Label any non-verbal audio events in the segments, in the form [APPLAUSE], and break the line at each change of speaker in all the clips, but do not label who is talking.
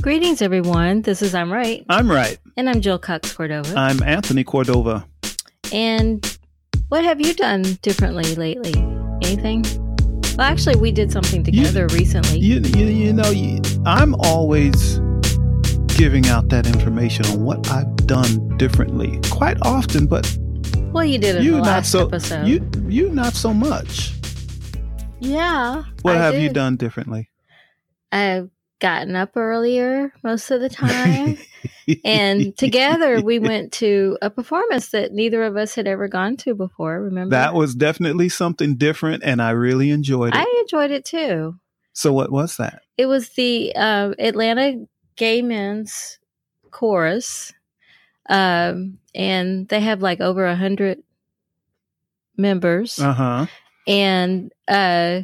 Greetings, everyone. This is I'm Right,
I'm right.
and I'm Jill Cox Cordova.
I'm Anthony Cordova.
and what have you done differently lately? Anything? Well, actually, we did something together recently.
You, you, you know, you, I'm always giving out that information on what I've done differently quite often, but
well, you did in
you
the
not
last
so
episode.
you you not so much.
yeah.
What
I
have you
did.
done differently?
I've gotten up earlier most
[LAUGHS]
of the time. and together we went to a performance that neither of us had ever gone to before. Remember?
that was definitely something different, and I really enjoyed it.
I enjoyed it too.
so, what was that?
It was the um, Atlanta Gay Men's Chorus, um, and they have like over a hundred members,
Uh huh.
and uh,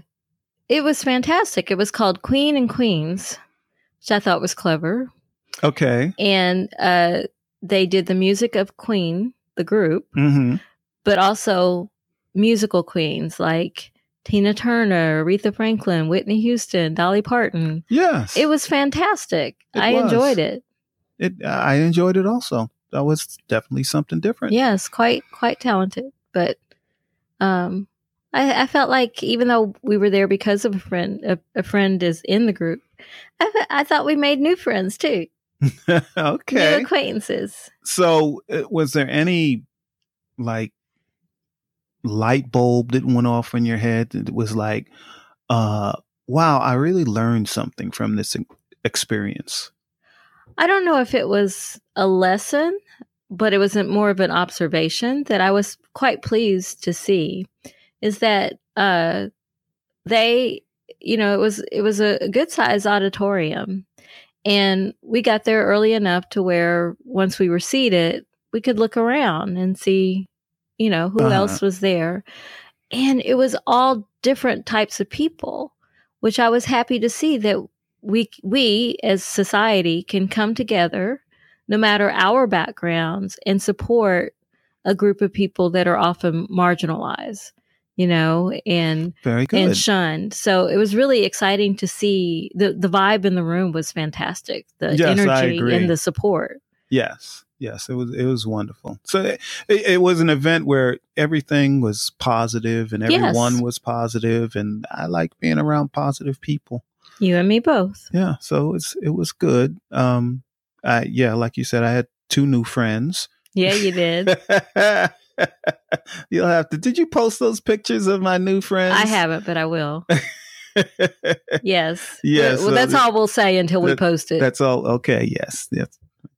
it was fantastic. It was called Queen and Queens, which I thought was clever,
Okay.
and uh, they did the music of Queen, the group,
Mm-hmm.
but also musical queens like Tina Turner, Aretha Franklin, Whitney Houston, Dolly Parton.
Yes.
It was fantastic.
It
I
was.
enjoyed it.
It, I enjoyed it also. That was definitely something different.
Yes, quite quite talented. But um I, I felt like even though we were there because of a friend, a, a friend is in the group. I, fe- I thought we made new friends too,
[LAUGHS] okay.
new acquaintances.
So, uh, was there any like light bulb that went off in your head that was like, uh, wow, I really learned something from this e- experience?
I don't know if it was a lesson, but it was a- more of an observation that I was quite pleased to see is that uh, they, you know, it was it was a good sized auditorium, and we got there early enough to where once we were seated, we could look around and see, you know, who
Uh-huh.
else was there, and it was all different types of people, which I was happy to see that we we as society can come together no matter our backgrounds and support a group of people that are often marginalized you know and
Very good.
and shunned so it was really exciting to see the the vibe in the room was fantastic the
Yes, I
energy
agree.
and the support
yes, yes, it was. It was wonderful. So it, it, it was an event where everything was positive and
Yes.
everyone was positive, and I like being around positive people.
you and me both
Yeah, so it's it was good. Um, I, yeah, like you said, I had two new friends.
yeah you did
[LAUGHS] You'll have to. Did you post those pictures of my new friends? [LAUGHS]
i haven't but i will
[LAUGHS]
yes
Yes,
well,
uh,
that's all we'll say until we
that-
post it
[LAUGHS] That's all. Okay. Yes. Yes.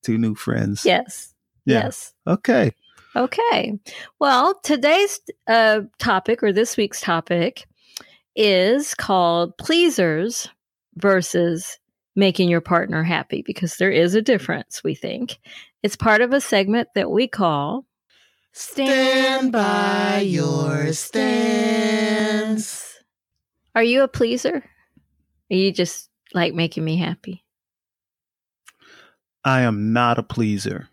Two new friends.
yes
Yeah.
yes
Okay.
Okay. Well, today's uh, topic or this week's topic is called pleasers versus making your partner happy because there is a difference, we think. It's part of a segment that we call
Stand by your stance.
Are you a pleaser? Are you just like making me happy? [LAUGHS]
I am not a pleaser.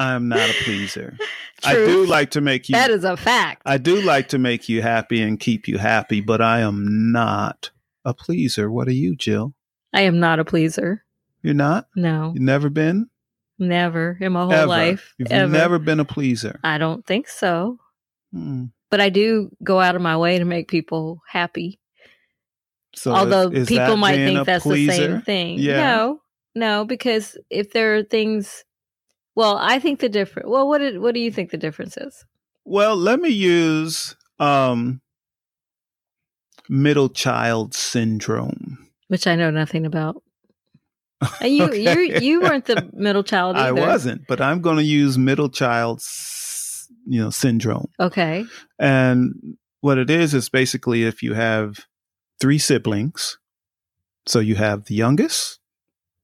I am not a pleaser.
[LAUGHS]
I do
True.
like to make you.
that is a fact.
I do like to make you happy and keep you happy, but I am not a pleaser. What are you, Jill?
I am not a pleaser.
You're not.
No.
You've never been.
Never in my whole
ever.
life.
You've
ever.
never been a pleaser.
I don't think so.
Hmm.
But I do go out of my way to make people happy.
So is-
Although
is
people
that
might
being
think
a
that's the
pleaser?
same thing.
Yeah.
No, no, because if there are things, well, I think the difference. Well, what did, what do you think the difference is?
Well, let me use um middle child syndrome.
Which I know nothing
[LAUGHS]
about. And you you
Okay.
you weren't
[LAUGHS]
the middle child either.
I wasn't, but I'm going to use middle child s- you know syndrome.
Okay.
And what it is is basically if you have three siblings, so you have the youngest,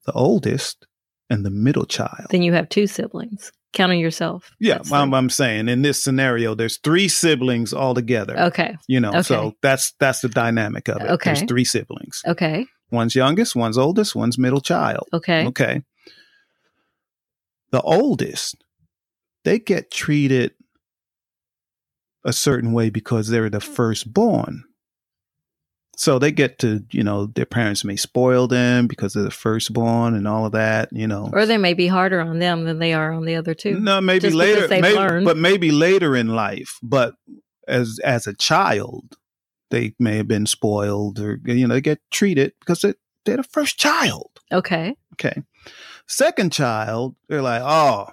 the oldest, and the middle child.
Then you have two siblings, counting yourself.
yeah,
That's
I'm,
like-
I'm saying in this scenario, there's three siblings all together.
okay.
You know,
okay.
so that's that's the dynamic of it. There's
Okay.
three siblings.
Okay.
One's youngest, one's oldest, one's middle child.
Okay.
Okay. The oldest, they get treated a certain way because they're the firstborn. So they get to, you know, their parents may spoil them because they're the firstborn and all of that, you know.
Or they may be harder on them than they are on the other two.
No, maybe
just
later,
because they've
maybe-
learned.
but maybe later in life. But as as a child, they may have been spoiled, or you know, they get treated because they, they're the first child.
Okay.
Okay, second child, they're like, oh,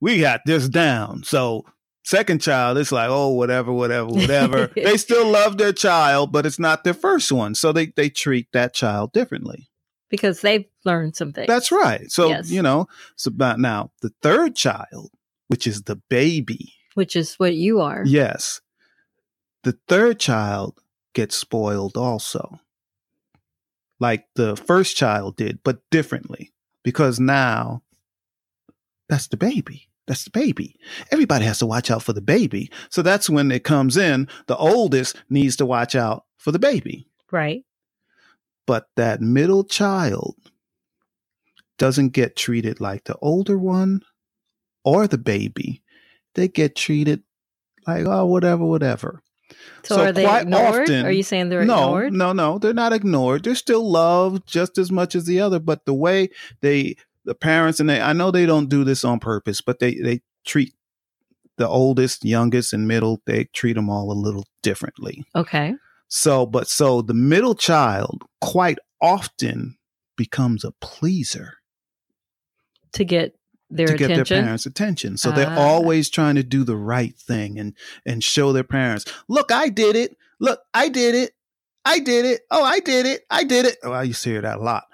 we got this down. So second child, it's like, oh, whatever,
[LAUGHS]
whatever, whatever. they still love their child, but it's not their first one, so they they treat that child differently.
Because they've learned something.
That's right. So
Yes.
you know, so about now the third child, which is the baby.
which is what you are.
Yes. The third child gets spoiled also, like the first child did, but differently, because now that's the baby. That's the baby. Everybody has to watch out for the baby. So that's when it comes in. The oldest needs to watch out for the baby.
Right.
But that middle child doesn't get treated like the older one or the baby. They get treated like, oh, whatever, whatever.
So,
So
are they
quite
ignored?
often-
are you saying they're
no,
ignored?
No, no, they're not ignored. They're still loved just as much as the other, but the way they the parents and they I know they don't do this on purpose, but they they treat the oldest, youngest and middle, they treat them all a little differently.
Okay.
So, but so the middle child quite often becomes a pleaser
To get their
to
attention.
get their parents' attention. So they're
Ah.
always trying to do the right thing and and show their parents, look, I did it. Look, I did it. I did it. Oh, I did it. I did it. Oh, I used to hear that a lot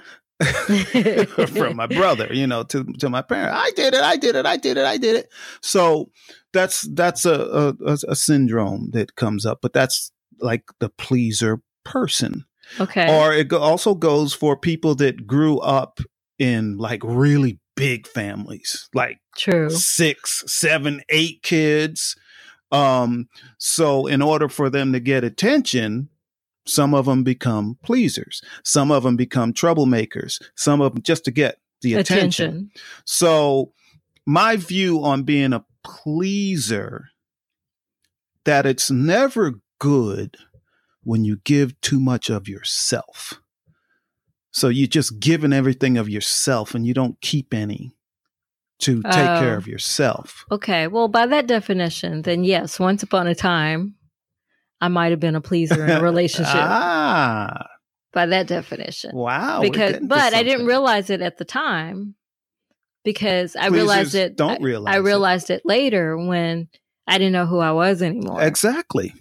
[LAUGHS]
[LAUGHS] from my brother, you know, to to my parent. I did it. I did it. I did it. I did it. So that's that's a a, a- a syndrome that comes up, but that's like the pleaser person
okay.
or it go- also goes for people that grew up in like really big families like
True.
six seven eight kids um so in order for them to get attention some of them become pleasers some of them become troublemakers some of them just to get the attention.
Attention.
So, my view on being a pleaser that it's never good when you give too much of yourself. So you're just giving everything of yourself and you don't keep any to take
Oh.
care of yourself.
Okay. Well, by that definition, then yes, once upon a time, I might have been a pleaser
[LAUGHS]
in a relationship.
Ah,
by that definition.
wow. we're
because
getting to
but I didn't
something.
realize it at the time because I
Pleasers
realized it
Don't
I,
realize.
I
it.
realized it later when I didn't know who I was anymore.
Exactly.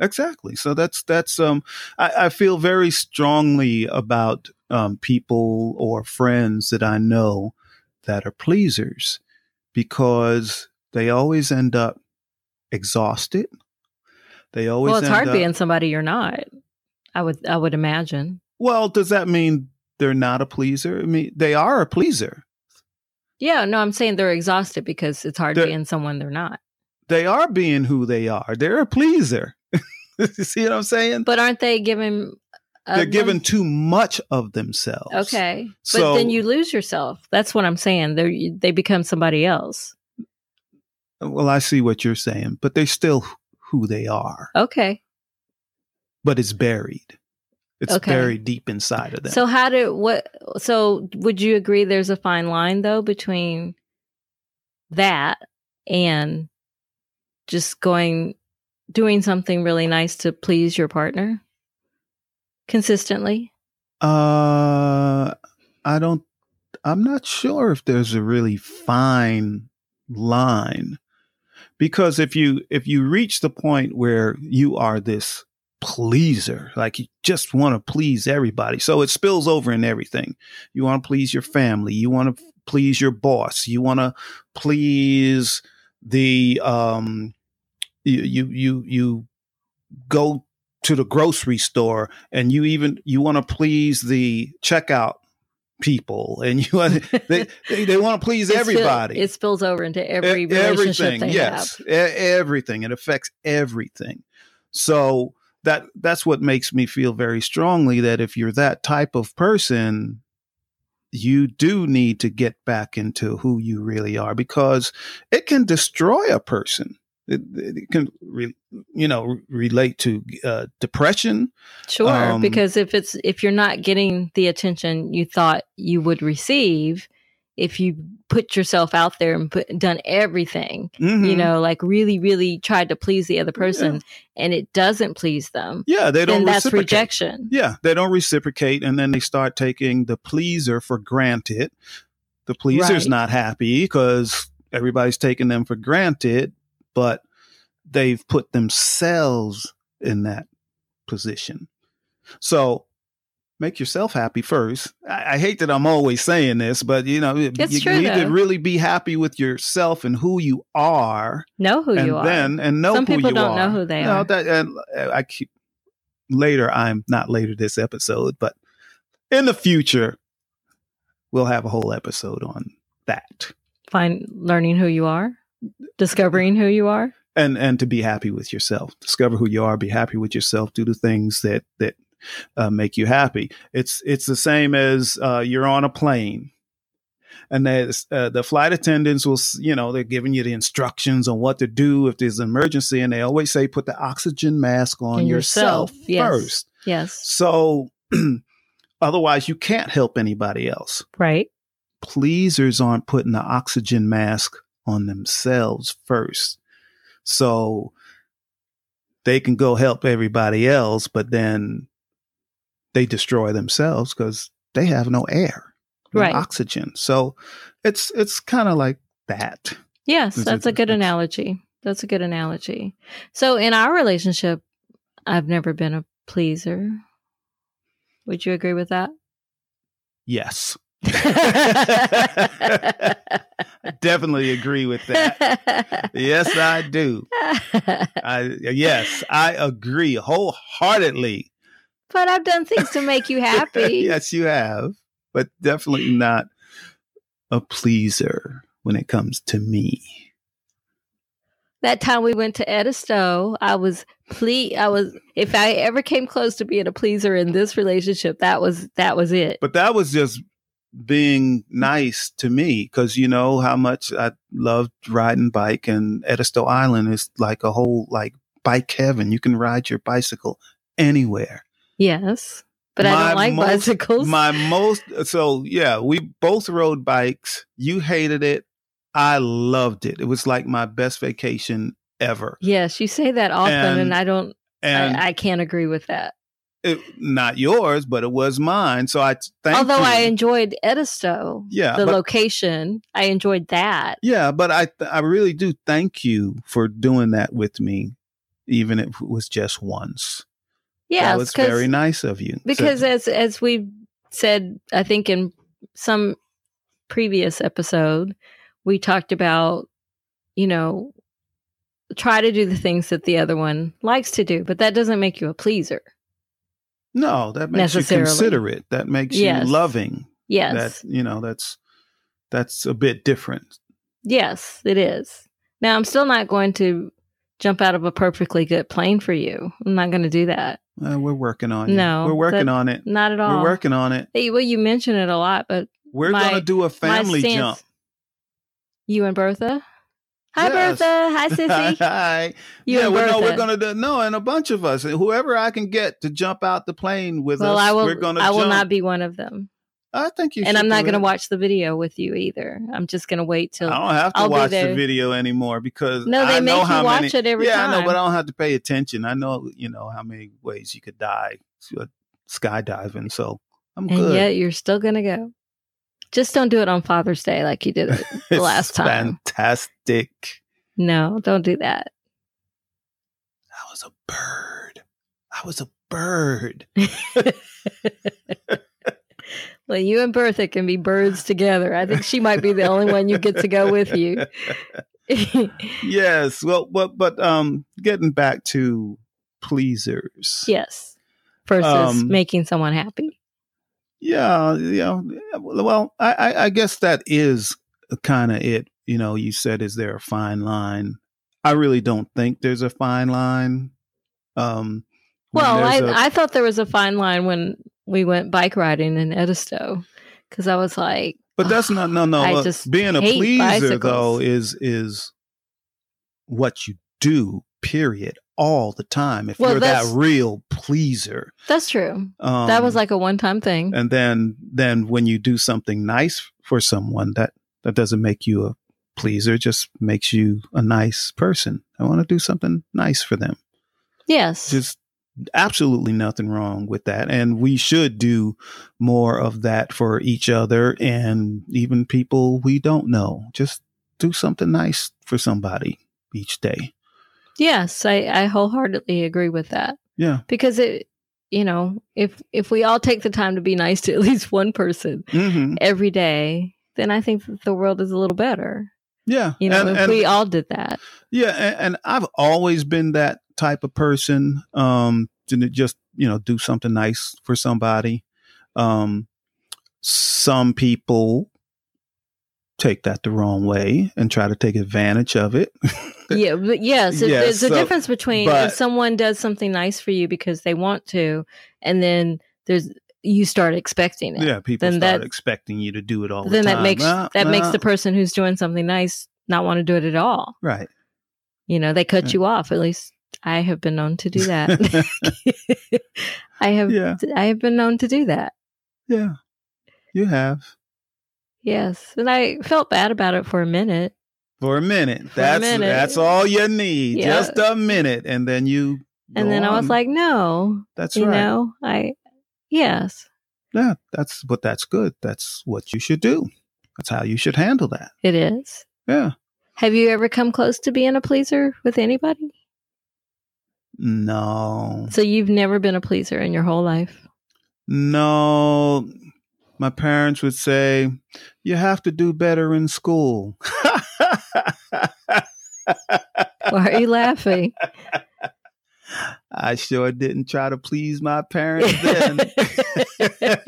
Exactly. So that's that's um I, I feel very strongly about um people or friends that I know that are pleasers because they always end up exhausted. They always
well, it's
end
hard
up,
being somebody you're not. I would I would imagine.
Well, does that mean they're not a pleaser? I mean they are a pleaser.
Yeah, no, I'm saying they're exhausted because it's hard
They're-
being someone they're not.
They are being who they are. They're a pleaser. [LAUGHS] you see what I'm saying?
But aren't they given? a
they're given
month-
too much of themselves.
Okay,
So-
but then you lose yourself. That's what I'm saying. They they become somebody else.
Well, I see what you're saying, but they're still who they are,
Okay,
but it's buried. It's
Okay.
buried deep inside of them.
So how do what? So would you agree there's a fine line though between that and just going doing something really nice to please your partner consistently?
uh, I don't, I'm not sure if there's a really fine line because if you, if you reach the point where you are this pleaser, like you just want to please everybody. So it spills over in everything. You want to please your family. You want to please your boss. You want to please the um you you you, you go to the grocery store and you even you want to please the checkout people and you want they
[LAUGHS]
they, they want to please
It spill-
everybody
it spills over into every
E-
relationship
everything
they
yes E- everything it affects everything so that that's what makes me feel very strongly that if you're that type of person you do need to get back into who you really are because it can destroy a person it, it can re- you know r- relate to uh, depression
Sure,
Um,
because if it's if you're not getting the attention you thought you would receive, if you put yourself out there and put done everything, you
Mhm.
know, like really, really tried to please the other person, and it doesn't please them,
yeah they don't
then that's
reciprocate.
rejection.
yeah they don't reciprocate and then they start taking the pleaser for granted the pleaser's
Right.
not happy because everybody's taking them for granted but they've put themselves in that position so make yourself happy first i, I hate that i'm always saying this but you know you,
It's
you
true,
need to
though.
really be happy with yourself and who you are
Know who
and
you are.
then and know
Some
who
people
you
don't
are.
know who they
No,
are.
that- and uh, I keep later. I'm not later this episode, but in the future, we'll have a whole episode on that
Find learning who you are, discovering who you are.
and and to be happy with yourself. Discover who you are. Be happy with yourself. Do the things that that uh, make you happy. It's it's the same as uh, you're on a plane. And there's, uh, the flight attendants will, s- you know, they're giving you the instructions on what to do if there's an emergency, and they always say put the oxygen mask on
And
yourself,
yourself, yes.
first.
Yes,
So [CLEARS THROAT] otherwise, you can't help anybody else.
right.
Pleasers aren't putting the oxygen mask on themselves first. So they can go help everybody else, but then they destroy themselves because they have no air, no
Right.
oxygen. So it's it's kind of like that.
Yes,
Is
that's
it-
a good
it's-
analogy. That's a good analogy. So in our relationship, I've never been a pleaser. Would you agree with that?
Yes, definitely agree with [LAUGHS] that.
[LAUGHS]
yes, I do. I yes, I agree wholeheartedly.
but I've done things to make
[LAUGHS]
you happy.
yes, you have, but definitely not a pleaser when it comes to me.
That time we went to Edisto, I was ple I was if I ever came close to being a pleaser in this relationship, that was that was it.
But that was just being nice to me because you know how much I loved riding bike, and Edisto Island is like a whole like bike heaven. You can ride your bicycle anywhere.
Yes. But I
My
don't like
most-
bicycles.
My most so yeah, we both rode bikes. You hated it. I loved it. It was like my best vacation ever.
yes, you say that often
And-
and I don't
And
I, I can't agree with that.
it, not yours, but it was mine. So I t- thank
Although
you.
I enjoyed Edisto,
yeah,
the
but,
location, I enjoyed that.
yeah, but I th- I really do thank you for doing that with me, even if it was just once.
Yes,
that was very nice of you. So-
because as as we said, I think in some previous episode, we talked about you know try to do the things that the other one likes to do, but that doesn't make you a pleaser.
no, that makes you
necessarily.
considerate. That makes
Yes.
you loving.
Yes,
That you know that's that's a bit different.
yes, it is. Now I'm still not going to jump out of a perfectly good plane for you. I'm not going to do that.
Uh, we're working on it.
No,
we're working
that-
on it.
Not at all.
We're working on it.
Hey, well, you mention it a lot, but
We're
My-
gonna do a family
my stance-
jump.
You and Bertha. Hi,
Yes.
Bertha.
[LAUGHS]
Hi, sissy.
Hi.
You
yeah,
and
well,
Bertha.
no, we're gonna do no, and a bunch of us, and whoever I can get to jump out the plane with
well,
us,
I will.
we're gonna.
I will
jump.
not be one of them,
I think you.
and
should
I'm not going
do
to
it. Oh,
watch the video with you either. I'm just going to wait
I
till.
don't have to
I'll be
watch the
there.
video anymore because
No, they
I know
make
how
you watch
many,
it every
yeah, I know,
time.
but I don't have to pay attention. I know, you know, how many ways you could die uh, skydiving. So I'm
and
good. [LAUGHS]
yet, you're still going to go. Just don't do it on Father's Day like you
[LAUGHS]
did it.
It's
last time.
fantastic.
no, don't do that.
I was a bird. I was a bird.
Well, you and Bertha can be birds together. I think she might be the only one you get to go with
[LAUGHS]
you. [LAUGHS]
yes. Well, but but um, getting back to pleasers.
yes. Versus
Um,
making someone happy.
Yeah, yeah. Well, I, I, I guess that is kind of it. You know, you said, is there a fine line? I really don't think there's a fine line. Um, when
Well, I
there's a-
I thought there was a fine line when we went bike riding in Edisto because I was like,
but that's not no
[SIGHS]
no.
I
uh,
just
being a
hate
pleaser though
bicycles.
is is what you do period all the time if
Well,
you're that
that's-
real pleaser.
That's true.
Um,
that was like a one time thing.
and then then when you do something nice for someone that that doesn't make you a pleaser, just makes you a nice person. I want to do something nice for them.
yes.
just absolutely nothing wrong with that and we should do more of that for each other and even people we don't know just do something nice for somebody each day
yes. I, I wholeheartedly agree with that.
yeah
Because it you know, if if we all take the time to be nice to at [LAUGHS] least one person
hmm
every day, then I think that the world is a little better.
yeah
You know,
and,
if
and-
we all did that.
yeah and, and i've always been that type of person um to just you know do something nice for somebody um some people take that the wrong way and try to take advantage of it
yeah, but yes, it,
Yeah,
there's
so-
a difference between
but-
if someone does something nice for you because they want to, and then there's you start expecting it.
[LAUGHS] Yeah, people
Then
start
that-
expecting you to do it all
then
the time.
that makes
Nah,
that makes
nah.
the person who's doing something nice not want to do it at all.
right.
You know, they cut
Yeah.
you off. At least I have been known to
[LAUGHS]
do that. [LAUGHS] I have
yeah,
I have been known to do that.
yeah. You have
Yes, and I felt bad about it for a minute.
for a minute.
a
that's
minute.
that's all you need.
Yeah.
Just a minute, and then you.
And
go
then I was
on.
like, no,
"That's
you
right.
know, I yes,
Yeah, that's but that's good. That's what you should do. That's how you should handle that.
it is.
Yeah.
Have you ever come close to being a pleaser with anybody?
No.
So you've never been a pleaser in your whole life.
No. My parents would say, "You have to do better in school." [LAUGHS]
Why are you
[LAUGHS]
laughing?
I sure didn't try to please my parents then.
[LAUGHS]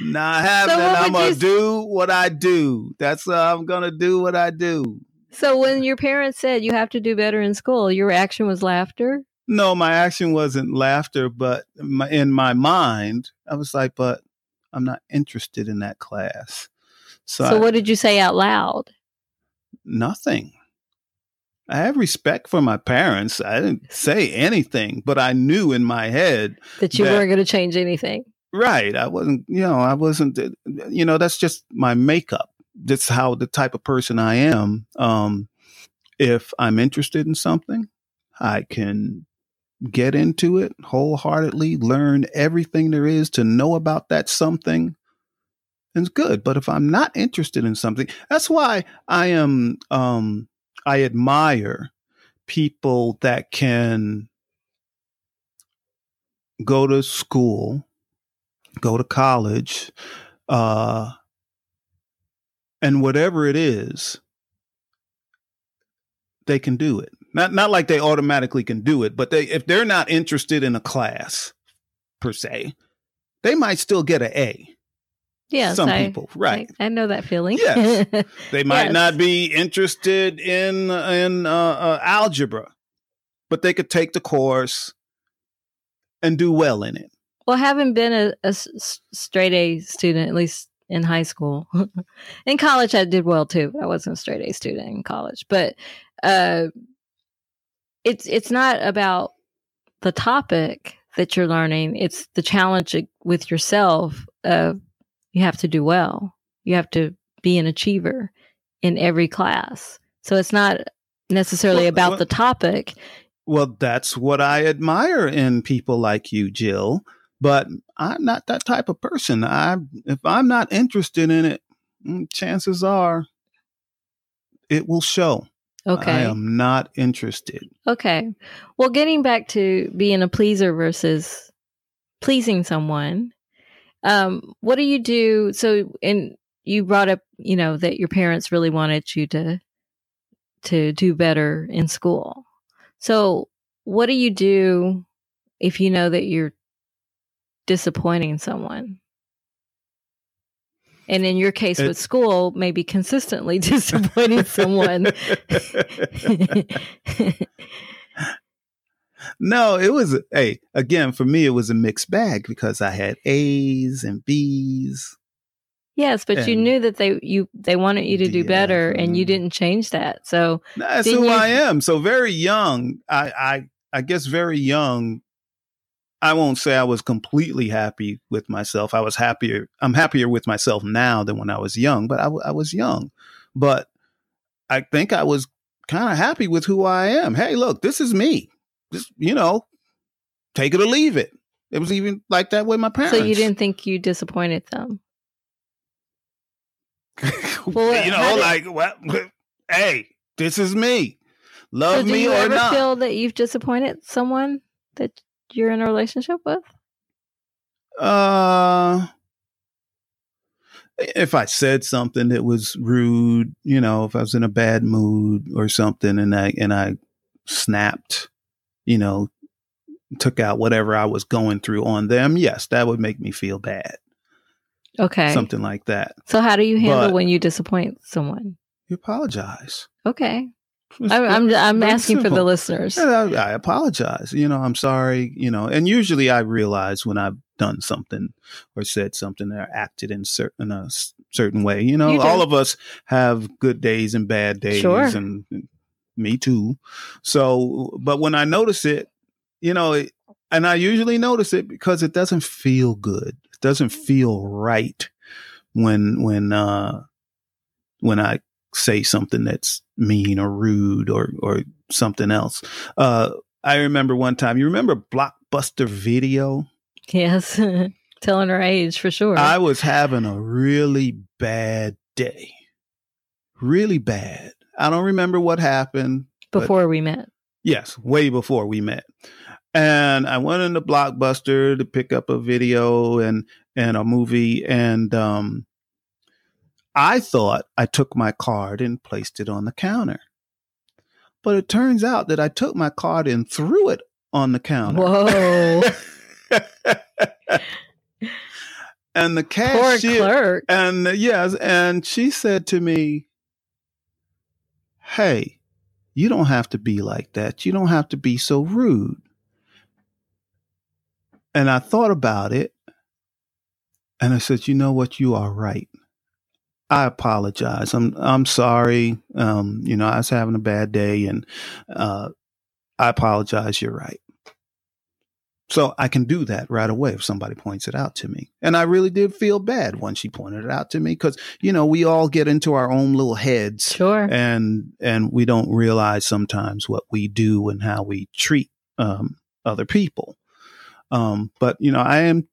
Not happening.
what would
I'm gonna
you-
do what I do. That's uh, I'm gonna do what I do.
[LAUGHS] so when your parents said you have to do better in school, your reaction was laughter.
No, my action wasn't laughter, but my, in my mind, I was like, "But I'm not interested in that class." So,
So,
I-
what did you say out loud?
nothing. I have respect for my parents. I didn't say anything, but I knew in my head
That you
That-
weren't going to change anything.
Right. I wasn't, you know, I wasn't, you know, that's just my makeup. That's how the type of person I am. Um, if I'm interested in something, I can get into it wholeheartedly, learn everything there is to know about that something. It's good. But if I'm not interested in something, that's why I am, um, I admire people that can go to school go to college, uh, and whatever it is, they can do it. Not not like they automatically can do it, but they if they're not interested in a class per se, they might still get an A.
Yes,
some
I,
people, right?
I, I know that feeling. [LAUGHS]
Yes. They might
Yes.
not be interested in in uh, uh, algebra, but they could take the course and do well in it.
well, having been a, a s- s- straight A student, at least in high school, [LAUGHS] in college I did well too, but I wasn't a straight A student in college. But uh, it's it's not about the topic that you're learning; it's the challenge with yourself. Of you have to do well. You have to be an achiever in every class. So it's not necessarily
Well,
about
well-
the topic.
Well, that's what I admire in people like you, Jill. But I'm not that type of person. I, if I'm not interested in it, mm, chances are it will show.
Okay.
I am not interested.
[LAUGHS] Okay. Well, getting back to being a pleaser versus pleasing someone, um, what do you do? So, and you brought up, you know, that your parents really wanted you to to do better in school. So, what do you do if you know that you're disappointing someone? And in your case
It-
with school, maybe consistently [LAUGHS] disappointing someone.
[LAUGHS]
[LAUGHS]
no, it was hey again for me. It was a mixed bag because I had A's and B's,
Yes, but you
And-
knew that they you they wanted you to do
Yeah,
better, and you
mhm.
didn't change that. So
That's
Didn't
who
you-
I am. So very young. I, I I guess very young. I won't say I was completely happy with myself. I was happier. I'm happier with myself now than when I was young. But I, w- I was young. But I think I was kind of happy with who I am. Hey, look, this is me. This, you know, take it or leave it. It was even like that with my parents.
so you
[LAUGHS]
didn't think you disappointed them. Well,
you
how
know,
did-
like, well, [LAUGHS] hey, this is me.
So
Love
do
me
you
or
ever
not.
feel that you've disappointed someone that you're in a relationship with?
Uh, if I said something that was rude, you know, if I was in a bad mood or something, and I and I snapped, you know, took out whatever I was going through on them, yes, that would make me feel bad,
Okay.
something like that.
so how do you handle
but-
when you disappoint someone?
You apologize.
Okay. I'm I'm, I'm
Very
asking for the
simple.
listeners.
Yeah, I, I apologize. You know, I'm sorry. You know, and usually I realize when I've done something or said something or acted in certain a s- certain way. You know,
You do.
all of us have good days and bad days,
Sure.
and me too. So, but when I notice it, you know, it, and I usually notice it because it doesn't feel good. It doesn't feel right when when uh when I say something that's mean or rude or or something else. Uh, I remember one time. You remember Blockbuster Video?
Yes. [LAUGHS] Telling her age for sure.
I was having a really bad day, really bad. I don't remember what happened.
before we met.
Yes, way before we met. And I went into Blockbuster to pick up a video and and a movie and um I thought I took my card and placed it on the counter. But it turns out that I took my card and threw it on the counter. [LAUGHS]
Whoa.
and the
Poor
cashier
clerk.
and uh, yes, and she said to me, Hey, you don't have to be like that. You don't have to be so rude. And I thought about it and I said, You know what? You are right. I apologize. I'm I'm sorry. Um, you know, I was having a bad day and uh I apologize, you're right. So I can do that right away if somebody points it out to me. And I really did feel bad when she pointed it out to me because, you know, we all get into our own little heads
Sure.
and and we don't realize sometimes what we do and how we treat um, other people. Um, but you know, I am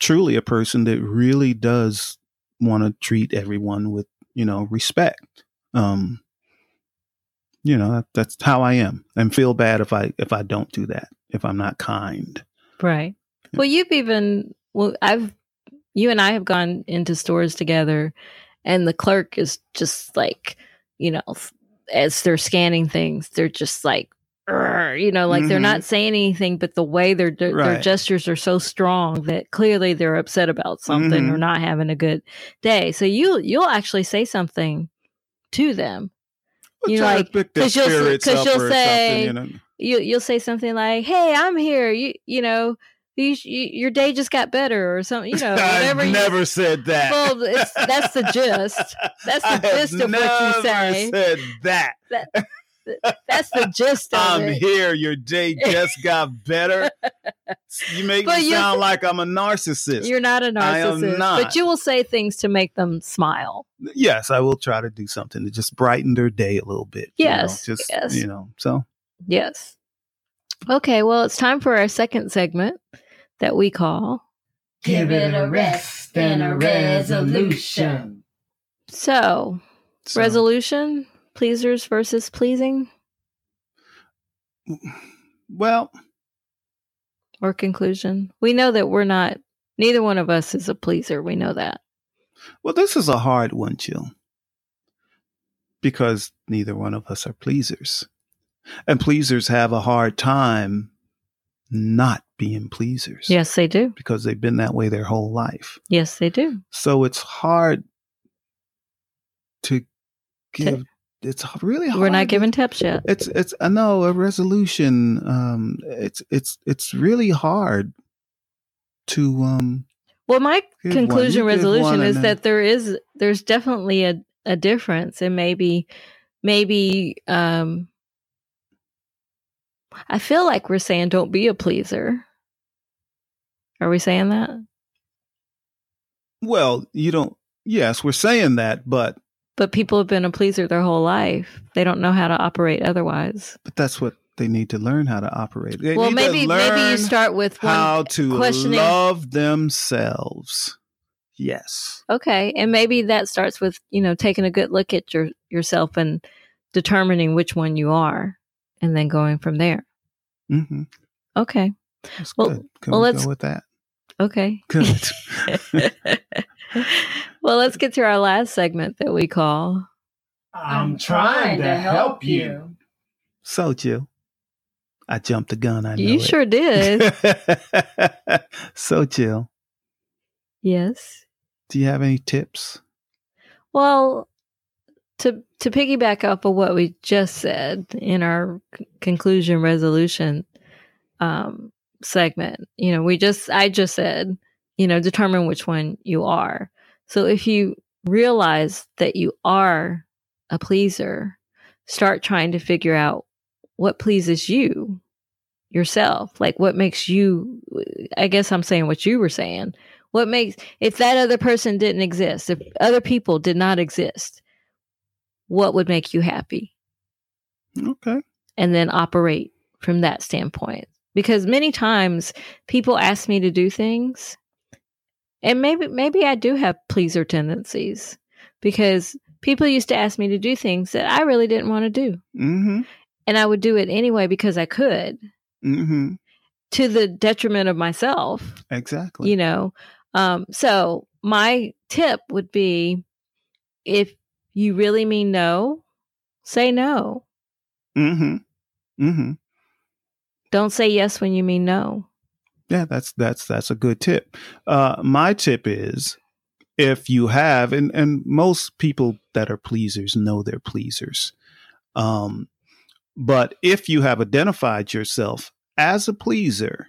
truly a person that really does want to treat everyone with, you know, respect. Um, you know, that, that's how I am and feel bad if I if I don't do that, if I'm not kind.
Right.
Yeah.
Well, you've even well, I've you and I have gone into stores together, and the clerk is just like, you know, as they're scanning things, they're just like, "Urgh," you know, like they're
Mhm.
not Mm-hmm. saying anything, but the way their their their
Right.
gestures are so strong that clearly they're upset about something or
Mhm.
not having a good day. So you you'll actually say something to them. You
Try to
like-
pick their
'cause you'll s-
spirits
'cause
up
you'll
or something,
say,
you know.
you you'll say something like, "Hey, I'm here." You you know, you, sh- you, your day just got better or something.
[LAUGHS]
You know, "Oh, whatever.
I
you-
never said that.
Well, it's- that's
[LAUGHS]
the gist. That's the
I have
gist of what you
never
say.
Said that.
That's the gist of
I'm
it.
here. Your day just got better.
[LAUGHS]
You make
But
me
you-
sound like I'm a narcissist.
You're not a
I am
narcissist, but
not.
you will say things to make them smile.
Yes, I will try to do something to just brighten their day a little bit. you know,
Yes,
just
yes.
you know. So
Yes. Okay, well, it's time for our second segment that we call
Give it a rest and a resolution.
so,
so-
resolution pleasers versus pleasing
Well,
or conclusion. We know that we're not neither one of us is a pleaser. We know that.
well, this is a hard one, Jill, because neither one of us are pleasers, and pleasers have a hard time not being pleasers.
Yes, they do.
because they've been that way their whole life.
Yes, they do.
So it's hard to give. It's really hard.
We're not
to-
giving tips yet.
It's it's I know a resolution. Um, it's it's it's really hard to um
Well, my
Good one.
conclusion
You did one
resolution
and
is
then-
that there is there's definitely a, a difference and maybe maybe um I feel like we're saying don't be a pleaser. Are we saying that?
Well, you don't. Yes, we're saying that, but
But people have been a pleaser their whole life. They don't know how to operate otherwise.
but that's what they need to learn how to operate. They
well,
need to
maybe maybe you
learn
start with one
how to
questioning-
love themselves. Yes.
Okay, and maybe that starts with you know taking a good look at your yourself and determining which one you are, and then going from there.
Mm-hmm.
Okay,
That's
Well-
good. Can
well,
we
let's-
go
[LAUGHS]
with that?
okay.
Good.
[LAUGHS]
[LAUGHS]
well, let's get to our last segment that we call.
I'm trying to help you.
so, Jill, I jumped the gun. I know
you
it.
sure
[LAUGHS]
did.
so, Jill,
yes.
do you have any tips?
Well, to to piggyback off of what we just said in our c- conclusion resolution um, segment, you know, we just I just said, you know, determine which one you are. So if you realize that you are a pleaser, start trying to figure out what pleases you yourself like what makes you i guess i'm saying what you were saying what makes if that other person didn't exist, if other people did not exist, what would make you happy?
Okay.
And then operate from that standpoint. Because many times people ask me to do things, and maybe maybe I do have pleaser tendencies because people used to ask me to do things that I really didn't want to do.
Mm-hmm.
And I would do it anyway because I could,
Mm-hmm.
to the detriment of myself.
Exactly.
you know um so my tip would be if you really mean no say no
Mm-hmm. Mm-hmm.
don't say yes when you mean no
Yeah, that's that's that's a good tip. Uh, my tip is if you have, and and most people that are pleasers know they're pleasers, um, but if you have identified yourself as a pleaser,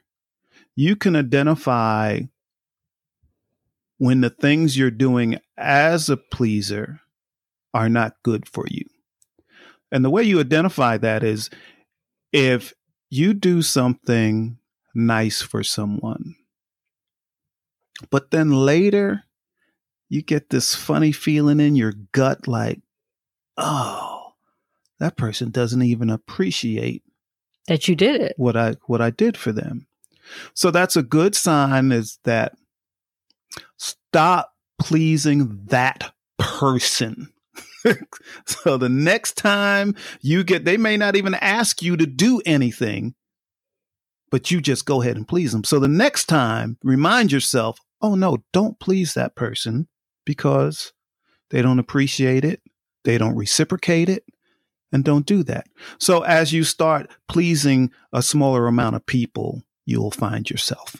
you can identify when the things you're doing as a pleaser are not good for you. And the way you identify that is if you do something nice for someone. But then later, you get this funny feeling in your gut like, oh, that person doesn't even appreciate
that you did it
what I what I did for them. So that's a good sign is that stop pleasing that person. [LAUGHS] so the next time you get they may not even ask you to do anything, but you just go ahead and please them. So the next time remind yourself, "Oh no, don't please that person because they don't appreciate it, they don't reciprocate it, and don't do that." So as you start pleasing a smaller amount of people, you'll find yourself.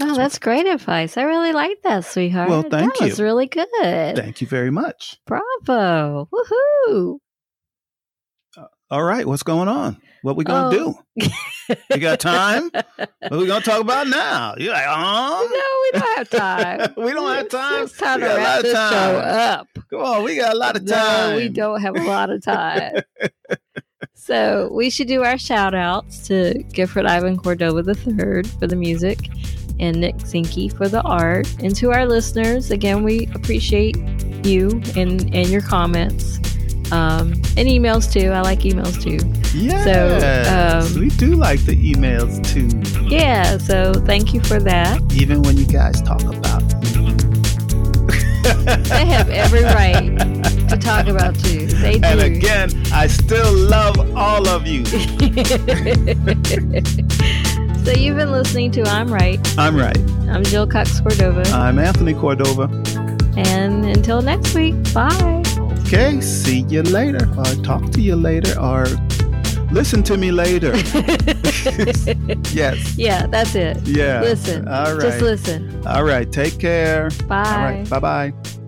oh that's great advice i really like that sweetheart
Well, thank
that was
you.
really good
Thank you very much.
bravo woohoo
All right, what's going on? What we gonna
Oh.
do? You
[LAUGHS]
got time? What we gonna talk about now? You're like,
no [LAUGHS]
um,
we don't have time
[LAUGHS] We don't have
It's-
time.
it's time
We
to
got a lot
wrap
of
this show
time.
up
come on, we got a lot of time.
No, we don't have a lot of time.
[LAUGHS]
so we should do our shout outs to Gifford Ivan Cordova III for the music and Nick Zinke for the art. And to our listeners, again, we appreciate you and, and your comments. Um, and emails too. I like emails too.
Yes,
um,
we do like the emails too,
Yeah, so thank you for that.
even when you guys talk about.
They have every right to talk about you. They do.
and again, I still love all of you.
[LAUGHS] so you've been listening to I'm Right.
I'm right.
I'm Jill Cox Cordova.
I'm Anthony Cordova.
And until next week,
[LAUGHS]
bye. [LAUGHS]
Okay, see you later, or talk to you later, or listen to
[LAUGHS]
me later. yes,
yeah, that's it.
yeah.
Listen.
All right.
Just listen.
All right. Take care.
Bye.
All right. Bye bye.